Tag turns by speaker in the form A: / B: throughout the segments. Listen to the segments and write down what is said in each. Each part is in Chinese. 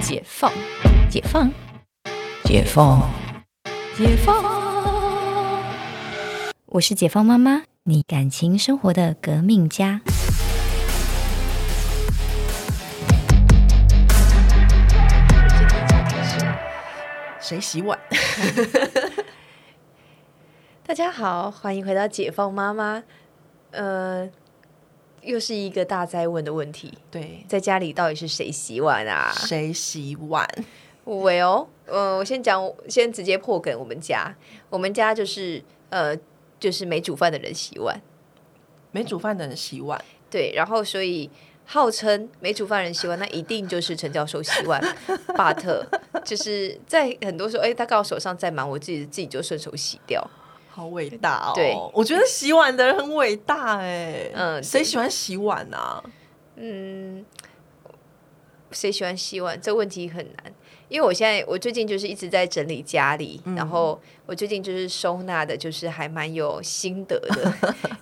A: 解放，解放，解放，解放。
B: 我是解放妈妈，你感情生活的革命家。
A: 谁洗碗？大家好，欢迎回到解放妈妈。呃，又是一个大灾问的问题，
C: 对，
A: 在家里到底是谁洗碗啊？
C: 谁洗碗？
A: 我哦，呃，我先讲，先直接破梗。我们家，我们家就是呃，就是没煮饭的人洗碗，
C: 没煮饭的人洗碗，
A: 对，然后所以号称没煮饭人洗碗，那一定就是陈教授洗碗。but 就是在很多时候，哎、他刚好手上在忙，我自己自己就顺手洗掉。
C: 好伟大哦！
A: 对
C: 我觉得洗碗的人很伟大哎。
A: 嗯
C: 嗯，谁喜欢洗碗啊？
A: 嗯，谁喜欢洗碗？这问题很难，因为我现在我最近就是一直在整理家里，然后我最近就是收纳的，就是还蛮有心得的，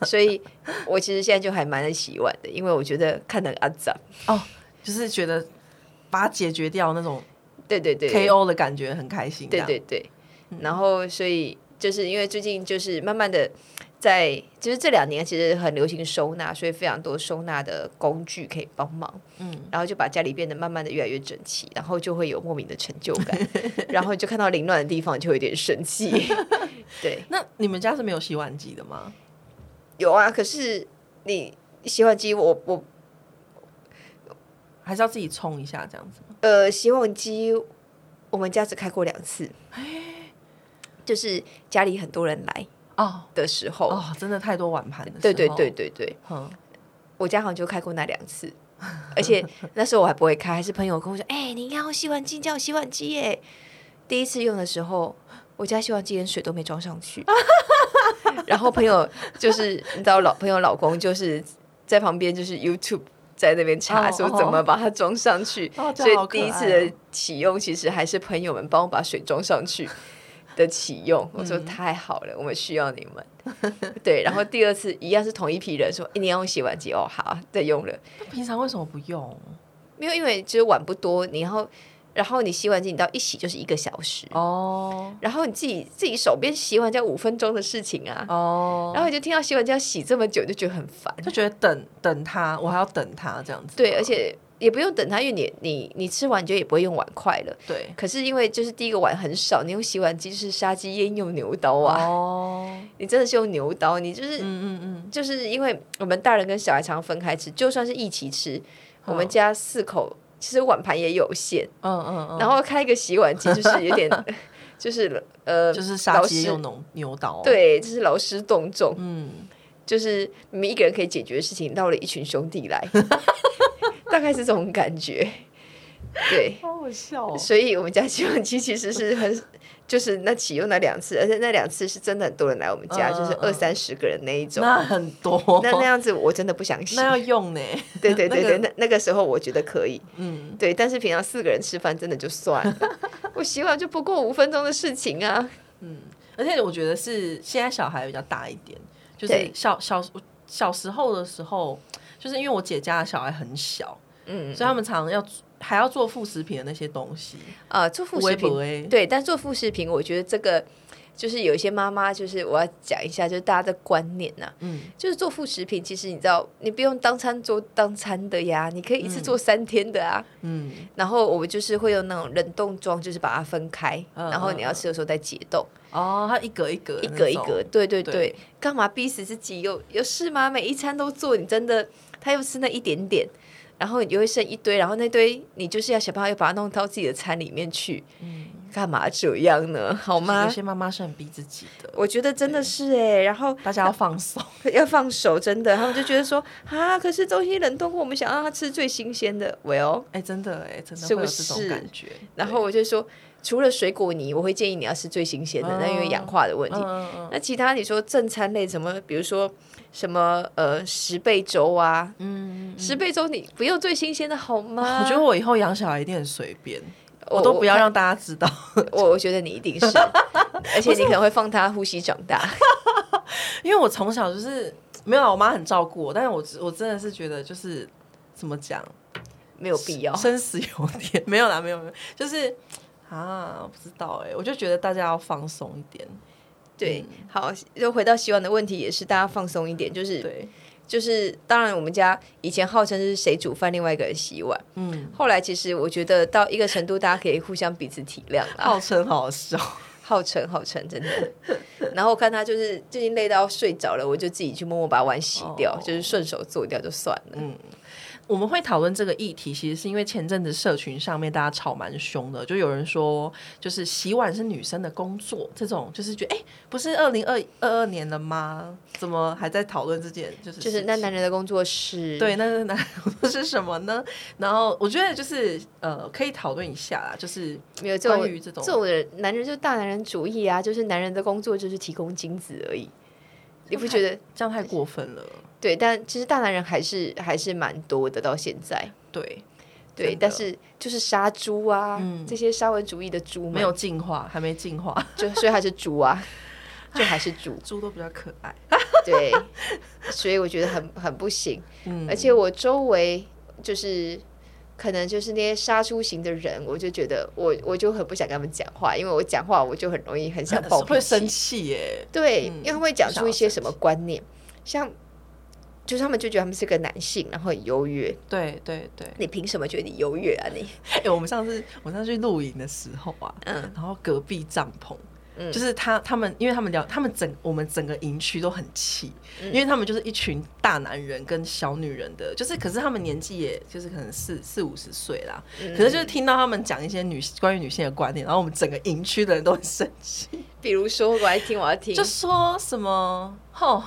A: 所以我其实现在就还蛮爱洗碗的，因为我觉得看得很阿脏。
C: 哦，就是觉得把它解决掉那种
A: 对对对
C: KO 的感觉，很开心。
A: 对对，对，然后所以就是因为最近就是慢慢的在，就是这两年其实很流行收纳，所以非常多收纳的工具可以帮忙，嗯，然后就把家里变得慢慢的越来越整齐，然后就会有莫名的成就感，然后就看到凌乱的地方就会有点生气，对，
C: 那你们家是没有洗碗机的吗？
A: 有啊，可是你洗碗机我我
C: 还是要自己冲一下这样子吗？
A: 呃，洗碗机我们家只开过两次，就是家里很多人来
C: 哦
A: 的时候，
C: 哦，真的太多碗盘的。
A: 对对对，对对。
C: 嗯，
A: 我家好像就开过那两次， 而且那时候我还不会开，还是朋友跟我说：“哎、你应该用洗碗机，叫洗碗机耶。”第一次用的时候，我家洗碗机连水都没装上去， 然后朋友就是你知道老朋友老公就是在旁边就是 YouTube 在那边查
C: 哦
A: 说
C: 哦
A: 怎么把它装上去，
C: 哦这
A: 所以
C: 好可
A: 第一次
C: 爱哦
A: 的启用其实还是朋友们帮我把水装上去。的启用，我
C: 嗯
A: 说太好了，我们需要你们。 对，然后第二次一样是同一批人说，诶你要用洗碗机哦，好，再用了。
C: 那平常为什么不用？
A: 没有，因为就是碗不多，你然后然后你洗碗机，你到一洗就是一个小时，
C: 哦
A: 然后你自己自己手边洗碗要五分钟的事情啊，
C: 哦，
A: 然后你就听到洗碗机要洗这么久，就觉得很烦。
C: 就觉得等等他，我还要等他这样子。
A: 对，而且也不用等它，因为你你你吃完就也不会用碗筷了。
C: 对
A: 可是因为就是第一个碗很少，你用洗碗机就是杀鸡焉用牛刀啊，
C: 哦，
A: 你真的是用牛刀，你就是、
C: 嗯嗯嗯，
A: 就是因为我们大人跟小孩常常分开吃，就算是一起
C: 嗯
A: 吃，我们家四口其实碗盘也有限，
C: 嗯嗯嗯，
A: 然后开一个洗碗机就是有点 就是呃
C: 就是杀
A: 劳
C: 鸡
A: 师
C: 用牛牛刀，，
A: 对，就是劳师动众，
C: 嗯，
A: 就是明明一个人可以解决的事情，到了一群兄 弟来，大概是这种感觉，对。
C: 好好笑、哦
A: 所以我们家洗碗机其实是很，就是那启用那两次，而且那两次是真的很多人来我们家，
C: 嗯
A: 就是
C: 嗯
A: 二三十个人那一种。
C: 那很多，
A: 那那样子我真的不想洗。
C: 那要用呢，
A: 对对对对，
C: 那
A: 那那个时候我觉得可以，
C: 嗯，
A: 对。但是平常四个人吃饭真的就算了， 我洗碗就不过五分钟的事情啊。
C: 而且我觉得是现在小孩比较大一点，就
A: 对
C: 是小小小时候的时候，就是因为我姐家的小孩很小，
A: 嗯
C: 所以他们常常要还要做副食品的那些东西，
A: 啊，做副食
C: 微博
A: 品，
C: 哎，
A: 对，但做副食品，我觉得这个就是有一些妈妈，就是我要讲一下，就是大家的观念呐、
C: 嗯，
A: 就是做副食品，其实你知道，你不用当餐做当餐的呀，你可以一次做三天的啊。
C: 嗯
A: 然后我们就是会用那种冷冻装，就是把它分开，
C: 嗯
A: 然后你要吃的时候再解冻。
C: 哦，它一格一格
A: 一
C: 的那
A: 格
C: 种，
A: 一格，对对对，
C: 对
A: 干嘛逼死自己？有有事吗？每一餐都做，你真的他又吃那一点点，然后你就会剩一堆，然后那堆你就是要想办法又把它弄到自己的餐里面去，干嘛这样呢？
C: 嗯
A: 好
C: 就是有
A: 吗？
C: 些妈妈是很逼自己的，
A: 我觉得真的是哎、然后
C: 大家要放松，
A: 要放手，真的，他们就觉得说啊，可是东西冷冻过，我们想让他吃最新鲜的，well，
C: 哎，真的哎，真的
A: 是
C: 会有
A: 不
C: 这种
A: 是
C: 感觉，
A: 然后我就说，除了水果泥，我会建议你要吃最新鲜的，那因为氧化的问题
C: 嗯。嗯嗯，
A: 那其他你说正餐类什么，比如说什么呃十倍粥啊，
C: 嗯，
A: 十倍粥你不用最新鲜的好吗？
C: 我觉得我以后养小孩一定很随便，
A: 我
C: 啊我都不要让大家知道。
A: 我，我觉得你一定是，而且你可能会放他呼吸长大。
C: 因为我从小就是没有啊，我妈很照顾我，但是我只我真的是觉得就是怎么讲，
A: 没有必要。
C: 生死有点 没有啦，没有没有，就是啊，不知道哎、我就觉得大家要放松一点，
A: 对，好，又回到希望的问题，也是大家放松一点，就是
C: 嗯对，
A: 就是，当然我们家以前号称是谁煮饭，另外一个人洗碗，
C: 嗯，
A: 后来其实我觉得到一个程度，大家可以互相彼此体谅啊啦。
C: 号称好笑，
A: 浩辰，浩辰，真的。 然后我看他就是最近累到睡着了，我就自己去默默把碗洗掉，
C: 哦嗯
A: 就是顺手做掉就算了。
C: 我们会讨论这个议题，其实是因为前阵子社群上面大家吵蛮凶的，就有人说，就是洗碗是女生的工作，这种就是觉得，哎、不是二零二二二年了吗？怎么还在讨论这件？就是
A: 就是
C: 事
A: 那
C: 情
A: 男人的工作是，
C: 对，那那那是 什么呢？然后我觉得就是呃，可以讨论一下啦，就是
A: 没有这
C: 关
A: 种
C: 于这种
A: 这种人，男人就是大男人主义啊，就是男人的工作就是提供精子而已。你不觉得？
C: 这样太过分了。
A: 对，但其实大男人还是还是蛮多的，到现在。
C: 对，
A: 对，
C: 真的
A: 但是就是杀猪啊，这些沙文主义的猪嘛
C: 没有，进化，还没进化，
A: 就所以还是猪 啊，就还是猪。
C: 猪都比较可爱。
A: 对，所以我觉得很很不行。
C: 嗯
A: 而且我周围就是可能就是那些杀猪型的人，我就觉得我我就很不想跟他们讲话，因为我讲话我就很容易很 想爆
C: 会
A: 脾
C: 生
A: 气。
C: 气耶、
A: 对，
C: 嗯
A: 因为他会讲
C: 想
A: 出一
C: 要
A: 些
C: 生
A: 什么观念，像就是他们就觉得他们是个男性，然后很优越，
C: 对对对，
A: 你凭什么觉得你优越啊你？
C: 哎、我们上次我上次去露营的时候啊，
A: 嗯
C: 然后隔壁帐篷。
A: 嗯
C: 就是他他们，因为他们聊，他们整我们整个营区都很气，
A: 嗯
C: 因为他们就是一群大男人跟小女人的，就是可是他们年纪也就是可能四四五十岁啦，
A: 嗯
C: 可是就是听到他们讲一些女关于女性的观点，然后我们整个营区的人都很生气，
A: 比如说我来听，我要听，
C: 就说什么吼，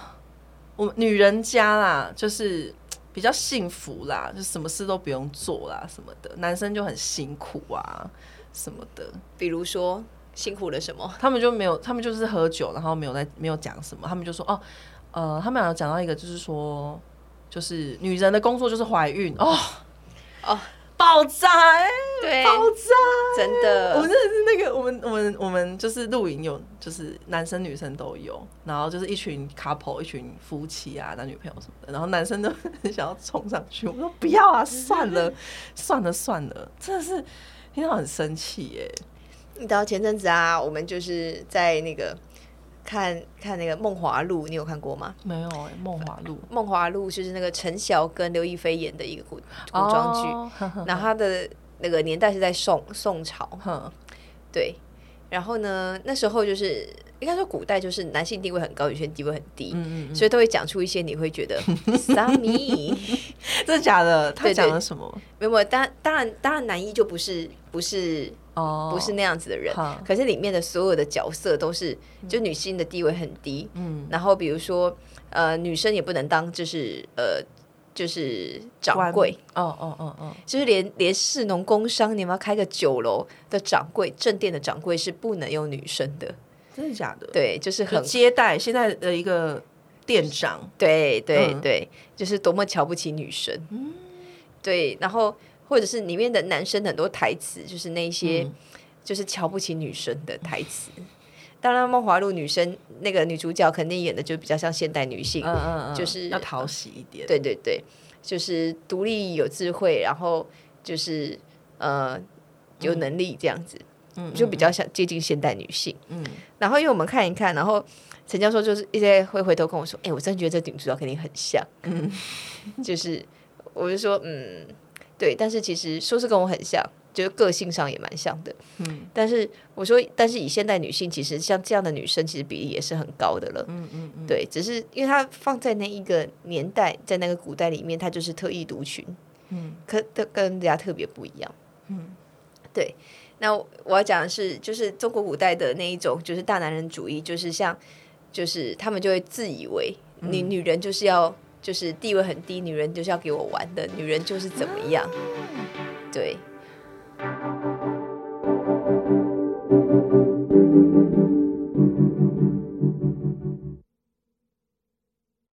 C: 我们女人家啦，就是比较幸福啦，就什么事都不用做啦，什么的，男生就很辛苦啊，什么的，
A: 比如说辛苦了什么？
C: 他们就没有，他们就是喝酒，然后没有在没有讲什么，他们就说哦，呃，他们好像讲到一个就是说，就是女人的工作就是怀孕哦
A: 哦，
C: 爆炸、欸，
A: 对，
C: 爆炸。
A: 真
C: 我
A: 的
C: 们，真的是那个，我们我们我们就是露营有，就是男生女生都有，然后就是一群 couple，一群夫妻啊，男女朋友什么的，然后男生都 很想要冲上去，我说不要啊，算 了，算了算了，真的是听到很生气耶、
A: 你知道前阵子啊，我们就是在那个看看那个《梦华录》，你有看过吗？
C: 没有哎、梦华录
A: 《梦华录》就是那个陈晓跟刘亦菲演的一个古古装剧，
C: 剧，
A: 然后他的那个年代是在宋宋朝，
C: 哼，
A: 对。然后呢，那时候就是应该说古代就是男性地位很高，女性地位很低，
C: 嗯嗯
A: 所以都会讲出一些你会觉得 傻咪。
C: 嗯，真的假的？他
A: 对对
C: 讲了什么？
A: 没有，没有当当然当然男一就不是不是
C: 哦，
A: 不是那样子的人，
C: 好
A: 可是里面的所有的角色都是就女性的地位很低，
C: 嗯，
A: 然后比如说呃女生也不能当就是呃就是掌
C: 官
A: 柜，，
C: 哦哦哦哦，
A: 就是连连市农工商，你们要开个酒楼的掌柜，正店的掌柜是不能有女生的，
C: 真的假的？，
A: 对，就是
C: 就
A: 很
C: 接待现在的一个店长。
A: 对对
C: 嗯
A: 对，就是多么瞧不起女生，对，然后或者是里面的男生很多台词，就是那些、
C: 嗯
A: 就是瞧不起女生的台词。当然，《梦华录》女生那个女主角肯定演的就比较像现代女性，
C: 嗯嗯嗯，
A: 就是
C: 要讨喜一点。
A: 对对对，就是独立有智慧，然后就是呃有能力这样子，
C: 嗯，嗯
A: 就比较像接近现代女性。
C: 嗯，
A: 然后因为我们看一看，然后陈教授就是一直会回头跟我说：“哎、我真的觉得这女主角肯定很像。” 嗯，就是我就说嗯，对，但是其实说是跟我很像，就是个性上也蛮像的。嗯，但是我说，但是以现代女性，其实像这样的女生，其实比例也是很高的了。嗯嗯嗯，对，只是因为她放在那一个年代，在那个古代里面，她就是特异独群。嗯，可跟跟人家特别不一样。嗯，对。那我要讲的是，就是中国古代的那一种，就是大男人主义，就是像，就是他们就会自以为你女人就是要就是地位很低，女人就是要给我玩的，女人就是怎么样，对。
C: 嗯